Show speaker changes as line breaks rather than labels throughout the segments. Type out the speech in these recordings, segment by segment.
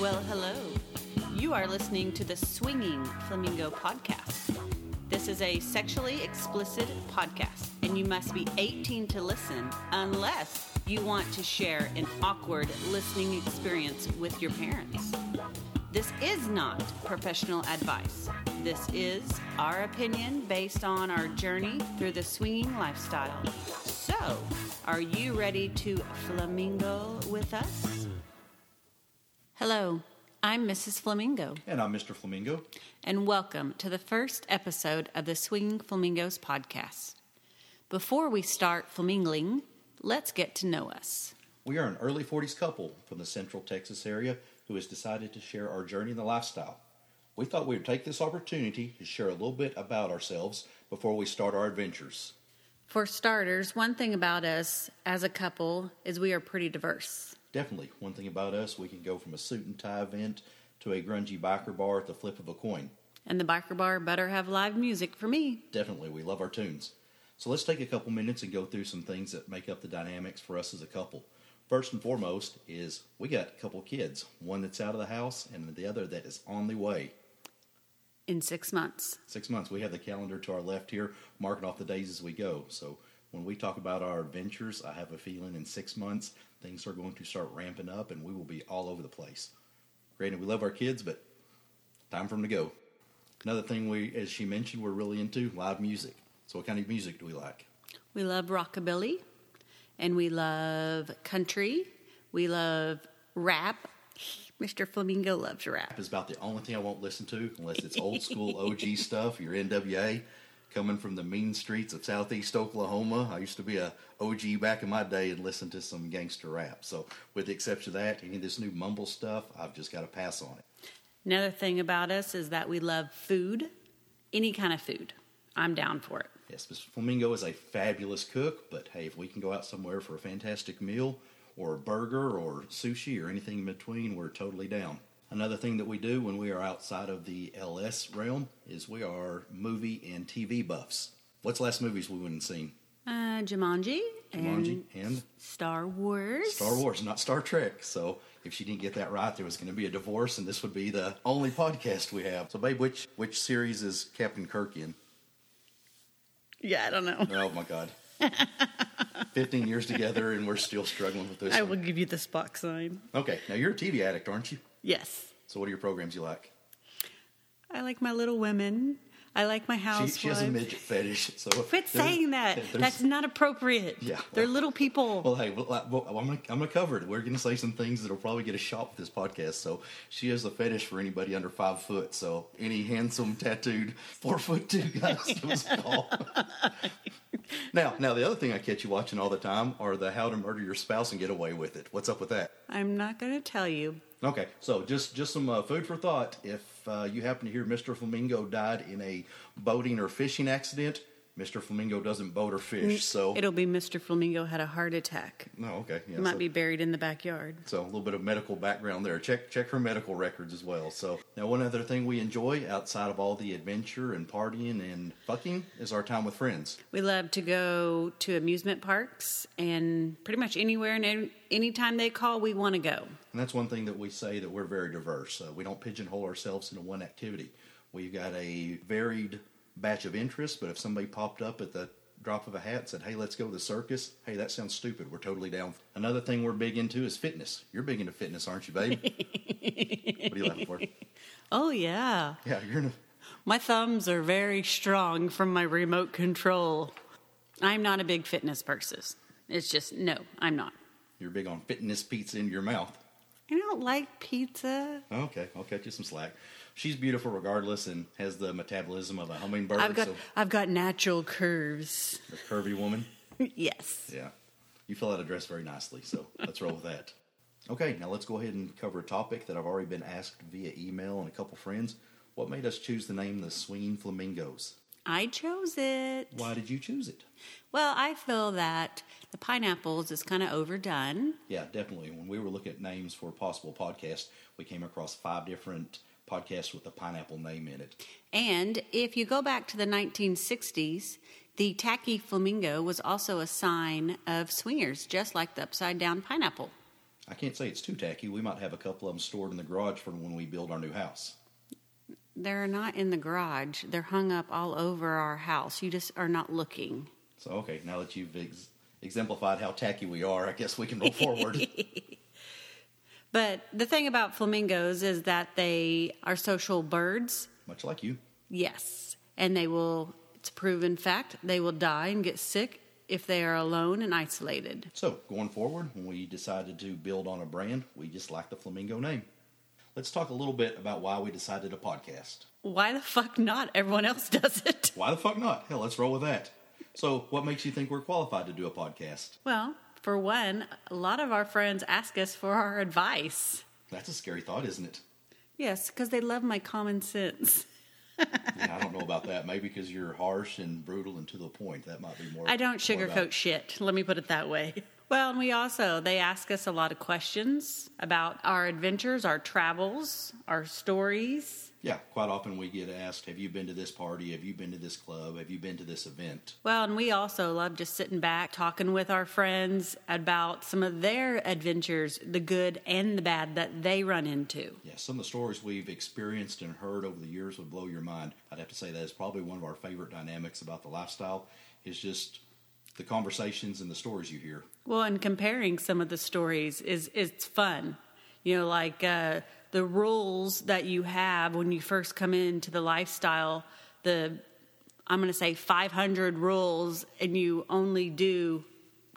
Well, hello. You are listening to the Swinging Flamingo podcast. This is a sexually explicit podcast, and you must be 18 to listen unless you want to share an awkward listening experience with your parents. This is not professional advice. This is our opinion based on our journey through the swinging lifestyle. So, are you ready to flamingo with us? Hello, I'm Mrs. Flamingo,
And I'm Mr. Flamingo.
and welcome to the first episode of the Swinging Flamingos podcast. Before we start flamingling, let's get to know us.
We are an early 40s couple from the central Texas area who has decided to share our journey in the lifestyle. We thought we would take this opportunity to share a little bit about ourselves before we start our adventures.
For starters, one thing about us as a couple is we are pretty diverse.
Definitely, one thing about us, we can go from a suit and tie event to a grungy biker bar at the flip of a coin.
And the biker bar better have live music for me.
Definitely, we love our tunes. So let's take a couple minutes and go through some things that make up the dynamics for us as a couple. First and foremost is we got a couple kids, one that's out of the house and the other that is on the way.
In six months,
six months. We have the calendar to our left here, marking off the days as we go. So when we talk about our adventures, I have a feeling in six months things are going to start ramping up and we will be all over the place. Granted, we love our kids, but time for them to go. Another thing we, as she mentioned, we're really into live music. So what kind of music do we like?
we love rockabilly and we love country. We love rap. Mr. Flamingo loves rap.
Rap is about the only thing I won't listen to unless it's old school OG stuff, your NWA. Coming from the mean streets of southeast Oklahoma, I used to be a OG back in my day and listen to some gangster rap. So, with the exception of that, any of this new mumble stuff, I've just got to pass on it.
Another thing about us is that we love food, any kind of food. I'm down for it.
Yes, Mr. Flamingo is a fabulous cook, but hey, if we can go out somewhere for a fantastic meal or a burger or sushi or anything in between, we're totally down. Another thing that we do when we are outside of the LS realm is we are movie and TV buffs. What's the last movies we went and seen?
Uh, Jumanji,
Jumanji
and
and
Star Wars.
Star Wars, not Star Trek. So if she didn't get that right, there was going to be a divorce, and this would be the only podcast we have. So, babe, which which series is Captain Kirk in?
Yeah, I don't know.
Oh my God. 15 years together and we're still struggling with this.
I
one.
will give you the Spock sign.
Okay, now you're a TV addict, aren't you?
Yes.
So what are your programs you like?
I like my little women. I like my
She,
housewives.
she has a midget fetish. So
Quit
there's-
saying that.
there's-
That's not appropriate.
Yeah,
They're
well-
little people.
Well, hey, well, I- well, I'm gonna, I'm gonna cover it. We're gonna say some things that'll probably get a shot with this podcast. So she has a fetish for anybody under five foot. So any handsome, tattooed, four foot two guys give us a call. now, now the other thing I catch you watching all the time are the How to Murder Your Spouse and Get Away with It. What's up with that?
I'm not going to tell you.
Okay, so just just some uh, food for thought. If uh, you happen to hear Mr. Flamingo died in a boating or fishing accident, Mr. Flamingo doesn't boat or fish. So
Mm, It'll be Mr. Flamingo had a heart attack.
no, okay, yeah,
He might
so-
be buried in the backyard.
So a little bit of medical background there. Check check her medical records as well. So now one other thing we enjoy outside of all the adventure and partying and fucking is our time with friends.
We love to go to amusement parks and pretty much anywhere and any, anytime they call, we want to go.
And that's one thing that we say that we're very diverse. Uh, we don't pigeonhole ourselves into one activity. We've got a varied batch of interests, but if somebody popped up at the drop of a hat and said, hey, let's go to the circus, hey, that sounds stupid. We're totally down. Another thing we're big into is fitness. You're big into fitness, aren't you, babe? what are you laughing for?
Oh, yeah.
Yeah, you're in a,
My thumbs are very strong from my remote control. I'm not a big fitness person. It's just, no, I'm not.
you're big on fitness pizza into your mouth. Oh,
I don't like pizza.
Okay, I'll cut you some slack. She's beautiful regardless and has the metabolism of a hummingbird,
I've got,
so
I've got natural curves.
a curvy woman.
yes.
Yeah. You fill out a dress very nicely, so let's roll with that. Okay, now let's go ahead and cover a topic that I've already been asked via email and a couple friends. What made us choose the name the Swinging Flamingos?
I chose it.
Why did you choose it?
Well, I feel that the pineapples is kind of overdone.
Yeah, definitely. When we were looking at names for a possible podcast, we came across five different podcasts with the pineapple name in it.
And if you go back to the 1960s, the tacky flamingo was also a sign of swingers, just like the upside down pineapple.
I can't say it's too tacky. We might have a couple of them stored in the garage for when we build our new house.
They're not in the garage. They're hung up all over our house. You just are not looking.
So, okay, now that you've ex- exemplified how tacky we are, I guess we can move forward.
But the thing about flamingos is that they are social birds.
Much like you.
Yes. And they will, it's a proven fact, they will die and get sick if they are alone and isolated.
So, going forward, when we decided to build on a brand, we just like the Flamingo name. Let's talk a little bit about why we decided to podcast.
Why the fuck not? Everyone else does it.
Why the fuck not? Hell, let's roll with that. So, what makes you think we're qualified to do a podcast?
Well, for one, a lot of our friends ask us for our advice.
That's a scary thought, isn't it?
Yes, because they love my common sense.
Yeah, I don't know about that. Maybe because you're harsh and brutal and to the point. That might be more.
I don't
more about-
sugarcoat shit. Let me put it that way. Well, and we also they ask us a lot of questions about our adventures, our travels, our stories.
Yeah, quite often we get asked, "Have you been to this party? Have you been to this club? Have you been to this event?"
Well, and we also love just sitting back talking with our friends about some of their adventures, the good and the bad that they run into.
Yeah, some of the stories we've experienced and heard over the years would blow your mind. I'd have to say that is probably one of our favorite dynamics about the lifestyle is just the conversations and the stories you hear.
Well, and comparing some of the stories is it's fun. You know, like uh, the rules that you have when you first come into the lifestyle. The I'm going to say 500 rules, and you only do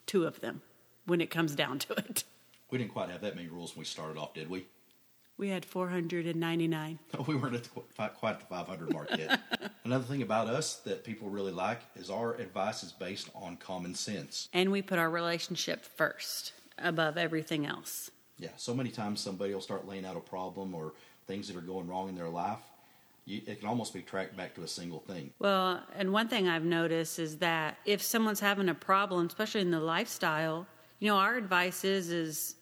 two of them when it comes down to it.
We didn't quite have that many rules when we started off, did we?
We had 499.
We weren't at the, qu- fi- quite at the 500 mark yet. Another thing about us that people really like is our advice is based on common sense.
And we put our relationship first above everything else.
Yeah, so many times somebody will start laying out a problem or things that are going wrong in their life. You, it can almost be tracked back to a single thing.
Well, and one thing I've noticed is that if someone's having a problem, especially in the lifestyle, you know, our advice is is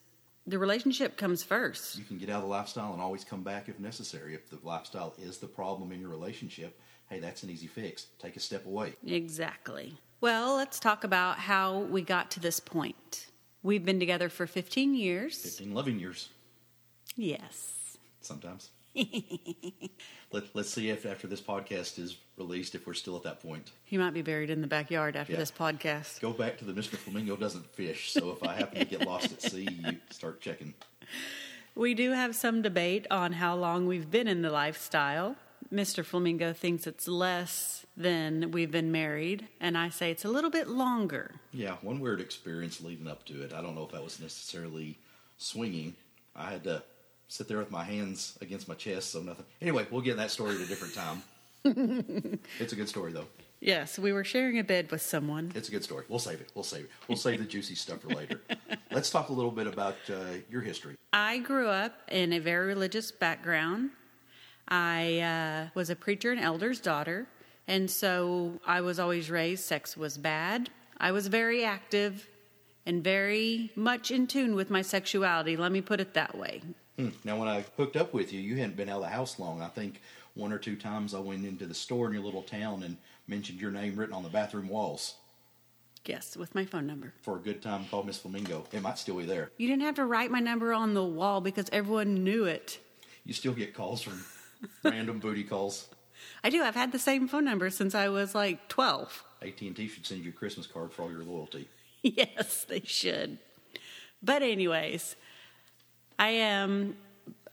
the relationship comes first.
You can get out of the lifestyle and always come back if necessary. If the lifestyle is the problem in your relationship, hey, that's an easy fix. Take a step away.
Exactly. Well, let's talk about how we got to this point. We've been together for 15 years.
15 loving years
Yes.
sometimes. Let, let's see if after this podcast is released, if we're still at that point.
He might be buried in the backyard after
Yeah.
this podcast.
Go back to the Mr. Flamingo doesn't fish. So if I happen to get lost at sea, you start checking.
We do have some debate on how long we've been in the lifestyle. Mr. Flamingo thinks it's less than we've been married, and I say it's a little bit longer.
Yeah, one weird experience leading up to it. I don't know if that was necessarily swinging. I had to sit there with my hands against my chest, so nothing. Anyway, we'll get that story at a different time. it's a good story, though.
Yes, we were sharing a bed with someone.
It's a good story. We'll save it. We'll save it. We'll save the juicy stuff for later. Let's talk a little bit about uh, your history.
I grew up in a very religious background. I uh, was a preacher and elder's daughter, and so I was always raised sex was bad. I was very active and very much in tune with my sexuality, let me put it that way.
Hmm. Now, when I hooked up with you, you hadn't been out of the house long. I think one or two times I went into the store in your little town and mentioned your name written on the bathroom walls.
Yes, with my phone number.
For a good time, called Miss Flamingo. It might still be there.
You didn't have to write my number on the wall because everyone knew it.
You still get calls from random booty calls.
I do. I've had the same phone number since I was like 12.
AT and T should send you a Christmas card for all your loyalty.
Yes, they should. But, anyways, I am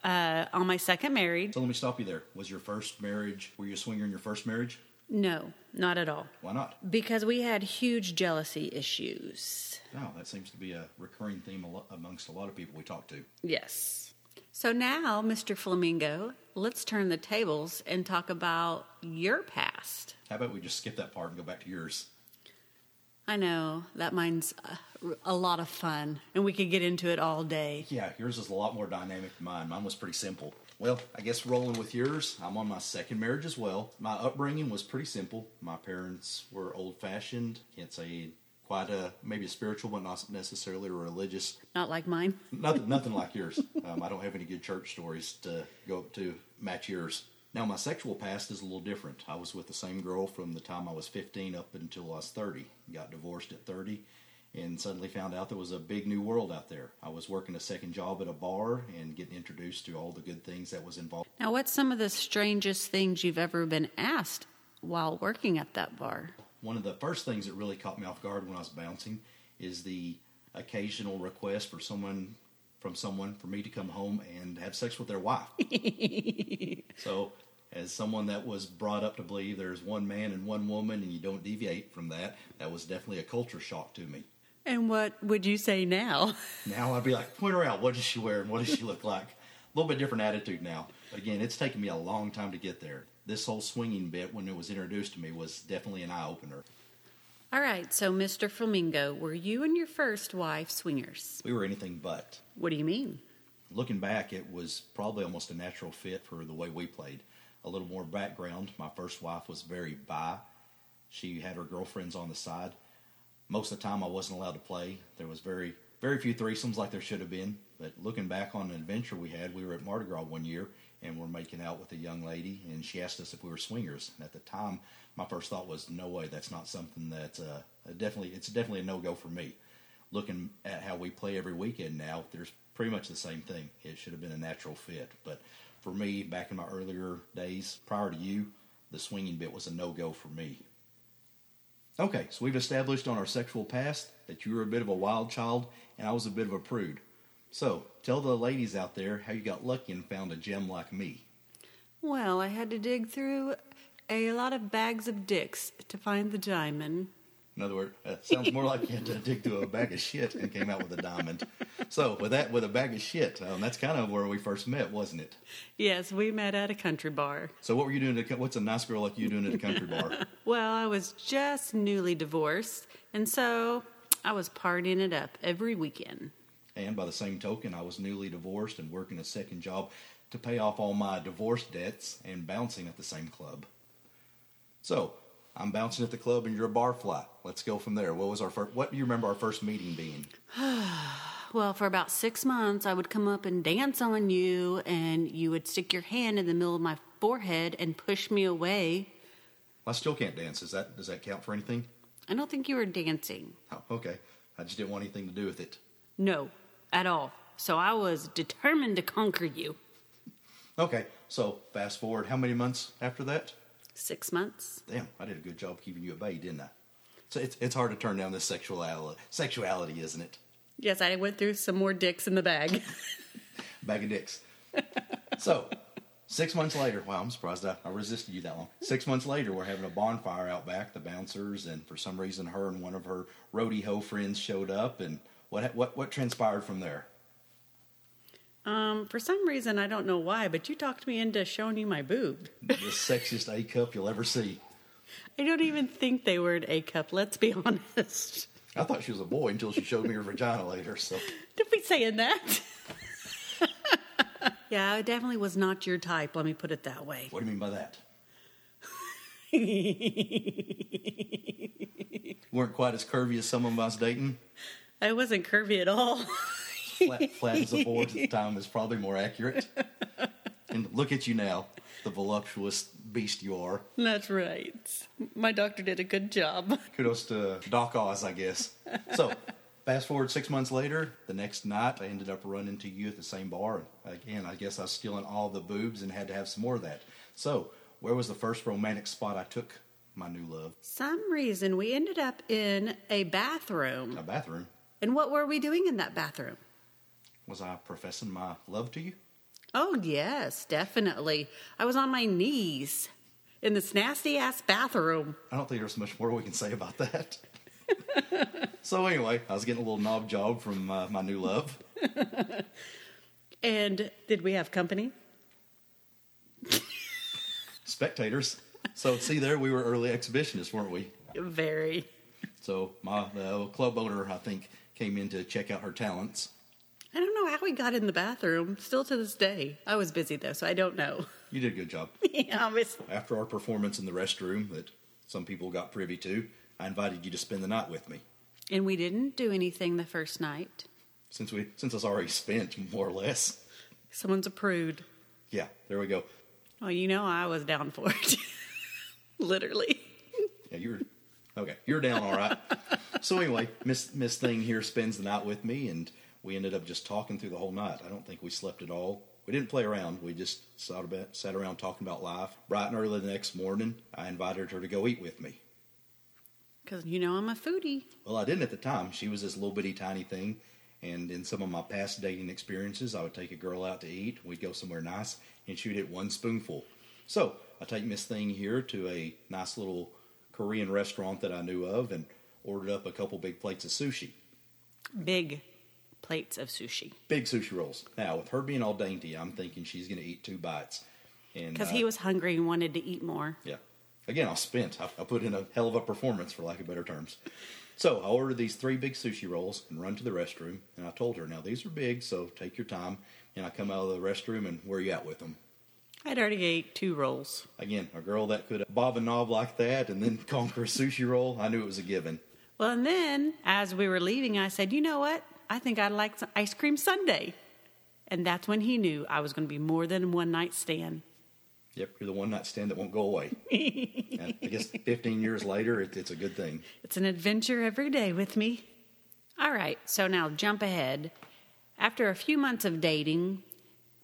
uh, on my second marriage.
So let me stop you there. Was your first marriage? Were you a swinger in your first marriage?
No, not at all.
Why not?
Because we had huge jealousy issues.
No, that seems to be a recurring theme a lo- amongst a lot of people we talk to.
Yes. So now, Mr. Flamingo, let's turn the tables and talk about your past.
How about we just skip that part and go back to yours?
I know that mine's a, a lot of fun, and we could get into it all day.
Yeah, yours is a lot more dynamic than mine. Mine was pretty simple. Well, I guess rolling with yours, I'm on my second marriage as well. My upbringing was pretty simple. My parents were old fashioned. Can't say quite a maybe a spiritual, but not necessarily a religious
Not like mine.
nothing, nothing like yours. Um, I don't have any good church stories to go up to match yours. Now, my sexual past is a little different. I was with the same girl from the time I was 15 up until I was 30. Got divorced at 30, and suddenly found out there was a big new world out there. I was working a second job at a bar and getting introduced to all the good things that was involved.
Now, what's some of the strangest things you've ever been asked while working at that bar?
One of the first things that really caught me off guard when I was bouncing is the occasional request for someone from someone for me to come home and have sex with their wife. so, as someone that was brought up to believe there's one man and one woman and you don't deviate from that, that was definitely a culture shock to me.
And what would you say now?
Now I'd be like, point her out. What does she wear? And what does she look like? A little bit different attitude now. But again, it's taken me a long time to get there. This whole swinging bit, when it was introduced to me, was definitely an eye opener.
All right, so Mr. Flamingo, were you and your first wife swingers?
We were anything but.
What do you mean?
Looking back, it was probably almost a natural fit for the way we played. A little more background my first wife was very bi. She had her girlfriends on the side. Most of the time, I wasn't allowed to play. There was very very few threesomes like there should have been. But looking back on an adventure we had, we were at Mardi Gras one year and we're making out with a young lady, and she asked us if we were swingers. And at the time, my first thought was, no way, that's not something that's uh, definitely it's definitely a no go for me. Looking at how we play every weekend now, there's pretty much the same thing. It should have been a natural fit, but for me, back in my earlier days, prior to you, the swinging bit was a no go for me. Okay, so we've established on our sexual past that you were a bit of a wild child and I was a bit of a prude. So, tell the ladies out there how you got lucky and found a gem like me.
Well, I had to dig through a lot of bags of dicks to find the diamond.
In other words, it sounds more like you had to dig through a bag of shit and came out with a diamond. So, with that, with a bag of shit, um, that's kind of where we first met, wasn't it?
Yes, we met at a country bar.
So, what were you doing? At, a co- what's a nice girl like you doing at a country bar?
Well, I was just newly divorced, and so I was partying it up every weekend.
And by the same token, I was newly divorced and working a second job to pay off all my divorce debts and bouncing at the same club. So, I'm bouncing at the club and you're a barfly. Let's go from there. What was our first, what do you remember our first meeting being?
Well, for about six months, I would come up and dance on you, and you would stick your hand in the middle of my forehead and push me away.
I still can't dance. Is that does that count for anything?
I don't think you were dancing.
Oh, okay. I just didn't want anything to do with it.
No, at all. So I was determined to conquer you.
Okay. So fast forward how many months after that?
Six months.
Damn, I did a good job keeping you at bay, didn't I? So it's it's hard to turn down this sexuality sexuality, isn't it?
Yes, I went through some more dicks in the bag.
Bag of dicks. so six months later, wow, I'm surprised I, I resisted you that long. Six months later, we're having a bonfire out back, the bouncers, and for some reason, her and one of her roadie ho friends showed up, and what ha- what what transpired from there?
um, for some reason, I don't know why, but you talked me into showing you my boob.
The sexiest A cup you'll ever see.
I don't even think they were an A cup, let's be honest.
I thought she was a boy until she showed me her vagina later. So
Don't be saying that. yeah, I definitely was not your type, let me put it that way.
what do you mean by that? Weren't quite as curvy as someone I was dating.
I wasn't curvy at all.
Flat, flat as a board at the time is probably more accurate. And look at you now, the voluptuous beast you are.
That's right. My doctor did a good job.
kudos to Doc Oz, I guess. So, fast forward six months later, the next night I ended up running to you at the same bar. Again, I guess I was stealing all the boobs and had to have some more of that. So, where was the first romantic spot I took my new love?
Some reason we ended up in a bathroom.
A bathroom.
And what were we doing in that bathroom?
Was I professing my love to you?
Oh, yes, definitely. I was on my knees in this nasty ass bathroom.
I don't think there's much more we can say about that. so anyway, I was getting a little knob job from uh, my new love.
And did we have company?
Spectators. So see there, we were early exhibitionists, weren't we?
Very.
So my the club owner, I think, came in to check out her talents.
I don't know how we got in the bathroom, still to this day. I was busy though, so I don't know.
You did a good job.
Obviously.
After our performance in the restroom that some people got privy to, I invited you to spend the night with me.
And we didn't do anything the first night.
Since we since it's already spent more or less.
Someone's a prude.
Yeah, there we go.
Well, you know, I was down for it. Literally.
Yeah, you were okay. You're down all right. so anyway, Miss Miss Thing here spends the night with me, and we ended up just talking through the whole night. I don't think we slept at all. We didn't play around. We just sat, about, sat around talking about life. Bright and early the next morning, I invited her to go eat with me.
Because you know I'm a foodie.
Well, I didn't at the time. She was this little bitty tiny thing. And in some of my past dating experiences, I would take a girl out to eat. We'd go somewhere nice, and she'd eat one spoonful. So I take Miss Thing here to a nice little Korean restaurant that I knew of and ordered up a couple big plates of sushi,
Big plates of sushi.
big sushi rolls. Now, with her being all dainty, I'm thinking she's going to eat two bites. And
Because
uh,
he was hungry and wanted to eat more.
Yeah. Again, I was spent. I, I put in a hell of a performance, for lack of better terms. So I ordered these three big sushi rolls and run to the restroom. And I told her, now these are big, so take your time. And I come out of the restroom and where you at with them?
I'd already ate two rolls.
Again, a girl that could bob and knob like that and then conquer a sushi roll, I knew it was a given.
Well, and then as we were leaving, I said, you know what? I think I'd like some ice cream sundae. And that's when he knew I was going to be more than a one night stand.
Yep, you're the one night stand that won't go away. and I guess 15 years later, it, it's a good thing.
It's an adventure every day with me. All right, so now jump ahead. After a few months of dating,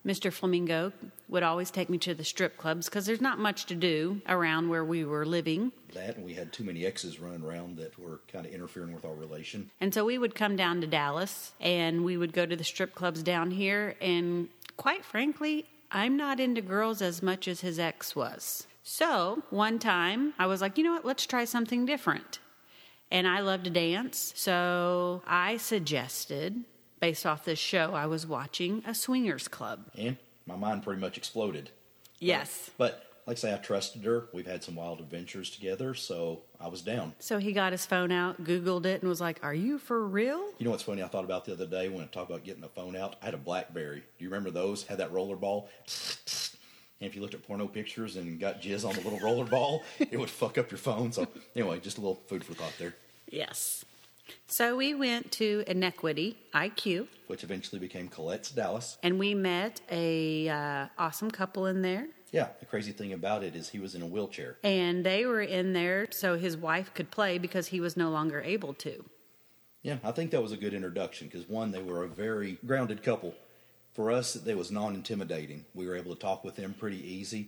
Mr. Flamingo would always take me to the strip clubs because there's not much to do around where we were living.
That, and we had too many exes running around that were kind of interfering with our relation.
And so we would come down to Dallas and we would go to the strip clubs down here. And quite frankly, I'm not into girls as much as his ex was. So one time I was like, you know what, let's try something different. And I love to dance. So I suggested, based off this show I was watching, a swingers club.
And my mind pretty much exploded.
Yes.
But like I say, I trusted her. We've had some wild adventures together, so I was down.
So he got his phone out, Googled it, and was like, are you for real?
You know what's funny? I thought about the other day when I talked about getting a phone out. I had a BlackBerry. Do you remember those? Had that roller ball. And if you looked at porno pictures and got jizz on the little roller ball, it would fuck up your phone. So anyway, just a little food for thought there,
Yes. So we went to Inequity IQ.
which eventually became Colette's Dallas.
and we met a uh, awesome couple in there
Yeah, the crazy thing about it is he was in a wheelchair.
and they were in there so his wife could play because he was no longer able to
Yeah, I think that was a good introduction because one, they were a very grounded couple. For us, they was non-intimidating. We were able to talk with them pretty easy,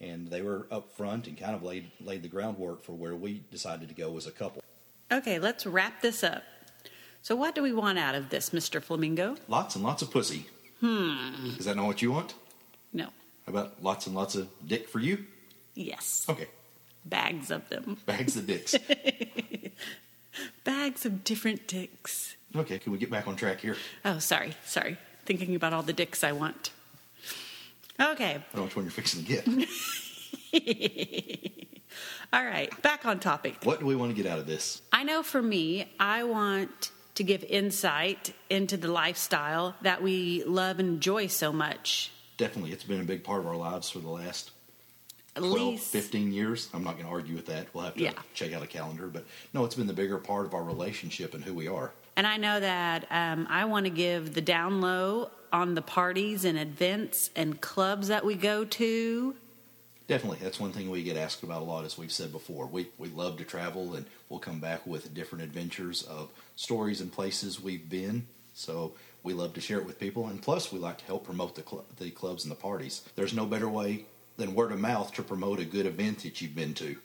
and they were up front and kind of laid laid the groundwork for where we decided to go as a couple.
okay let's wrap this up so what do we want out of this mr flamingo
Lots and lots of pussy. Hmm. Is that not what you want?
no
How about lots and lots of dick for you?
yes
Okay,
bags of them
bags of dicks.
bags of different dicks
okay, can we get back on track here?
oh sorry sorry thinking about all the dicks i want okay
I don't know which one you're fixing to get.
all right back on topic
what do we want to get out of this?
I know for me, I want to give insight into the lifestyle that we love and enjoy so much.
Definitely, it's been a big part of our lives for the last
At
12,
least
15 years. I'm not going to argue with that. We'll have to
Yeah.
check out a calendar. But no, it's been the bigger part of our relationship and who we are.
And I know that um, I want to give the down low on the parties and events and clubs that we go to.
Definitely, that's one thing we get asked about a lot, as we've said before. We, we love to travel, and we'll come back with different adventures of stories and places we've been. So we love to share it with people, and plus, we like to help promote the, cl- the clubs and the parties. There's no better way than word of mouth to promote a good event that you've been to.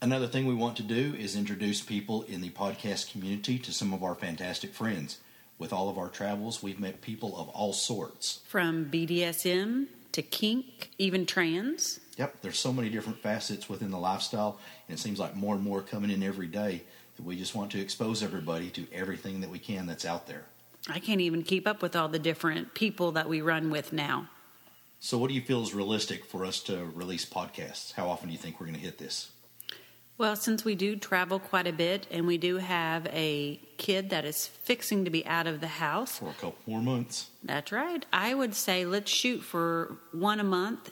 Another thing we want to do is introduce people in the podcast community to some of our fantastic friends. With all of our travels, we've met people of all sorts.
From BDSM to kink, even trans.
Yep, there's so many different facets within the lifestyle, and it seems like more and more coming in every day that we just want to expose everybody to everything that we can that's out there.
I can't even keep up with all the different people that we run with now.
So, what do you feel is realistic for us to release podcasts? How often do you think we're going to hit this?
Well, since we do travel quite a bit and we do have a kid that is fixing to be out of the house,
For a couple more months.
That's right. I would say let's shoot for one a month,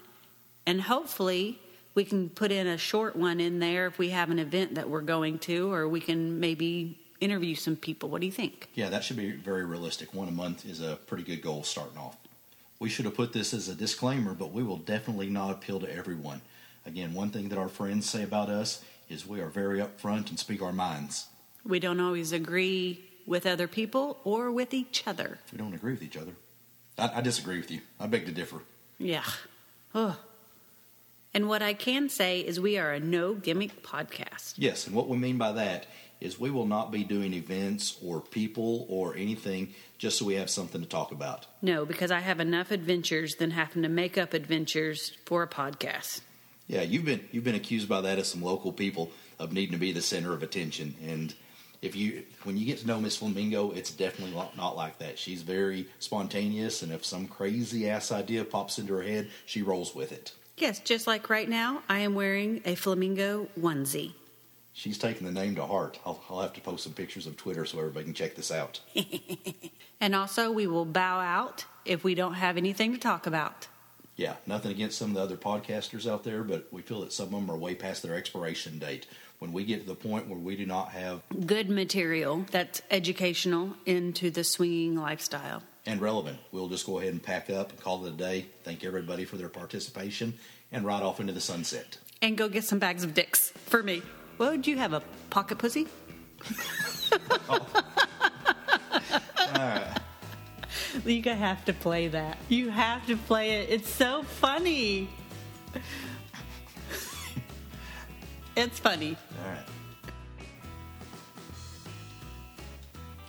and hopefully we can put in a short one in there if we have an event that we're going to, or we can maybe interview some people. What do you think?
Yeah, that should be very realistic. One a month is a pretty good goal starting off. We should have put this as a disclaimer, but we will definitely not appeal to everyone. Again, one thing that our friends say about us is we are very upfront and speak our minds.
We don't always agree with other people or with each other.
We don't agree with each other. I, I disagree with you. I beg to differ.
Yeah. Ugh. And what I can say is we are a no gimmick podcast.
Yes, and what we mean by that is we will not be doing events or people or anything just so we have something to talk about.
No, because I have enough adventures than having to make up adventures for a podcast.
Yeah, you've been you've been accused by that of some local people of needing to be the center of attention, and if you when you get to know Miss Flamingo, it's definitely lo- not like that. She's very spontaneous, and if some crazy ass idea pops into her head, she rolls with it.
Yes, just like right now, I am wearing a flamingo onesie.
She's taking the name to heart. I'll, I'll have to post some pictures of Twitter so everybody can check this out.
And also, we will bow out if we don't have anything to talk about.
Yeah, nothing against some of the other podcasters out there, but we feel that some of them are way past their expiration date. When we get to the point where we do not have
Good material that's educational into the swinging lifestyle.
and relevant, we'll just go ahead and pack up and call it a day. Thank everybody for their participation and ride off into the sunset.
And go get some bags of dicks for me. Would you have a pocket pussy? You gotta have to play that. You have to play it. It's so funny. it's funny.
All right.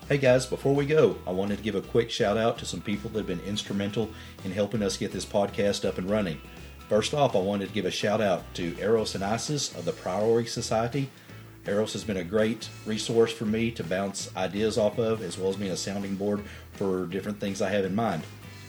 Hey guys, before we go, I wanted to give a quick shout out to some people that have been instrumental in helping us get this podcast up and running. First off, I wanted to give a shout out to Eros and Isis of the Priority Society. Eros has been a great resource for me to bounce ideas off of, as well as being a sounding board for different things I have in mind.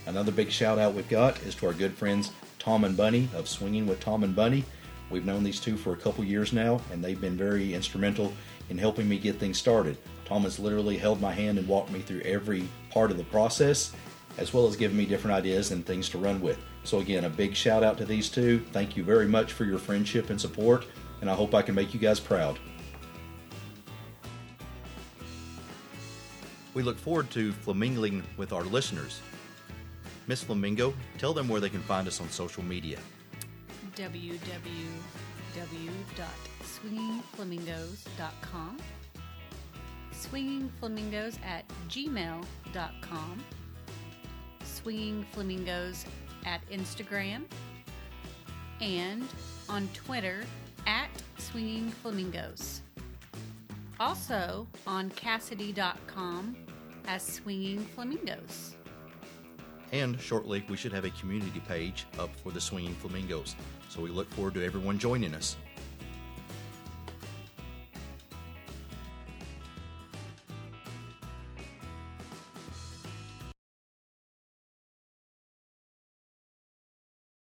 Another big shout out we've got is to our good friends Tom and Bunny of Swinging with Tom and Bunny. We've known these two for a couple years now, and they've been very instrumental in helping me get things started. Tom has literally held my hand and walked me through every part of the process, as well as giving me different ideas and things to run with. So, again, a big shout out to these two. Thank you very much for your friendship and support, and I hope I can make you guys proud. We look forward to flamingling with our listeners. Miss Flamingo, tell them where they can find us on social media.
www.swingingflamingos.com, swingingflamingos at gmail.com, swingingflamingos at Instagram, and on Twitter at swingingflamingos. Also on Cassidy.com as Swinging Flamingos.
And shortly, we should have a community page up for the Swinging Flamingos. So we look forward to everyone joining us.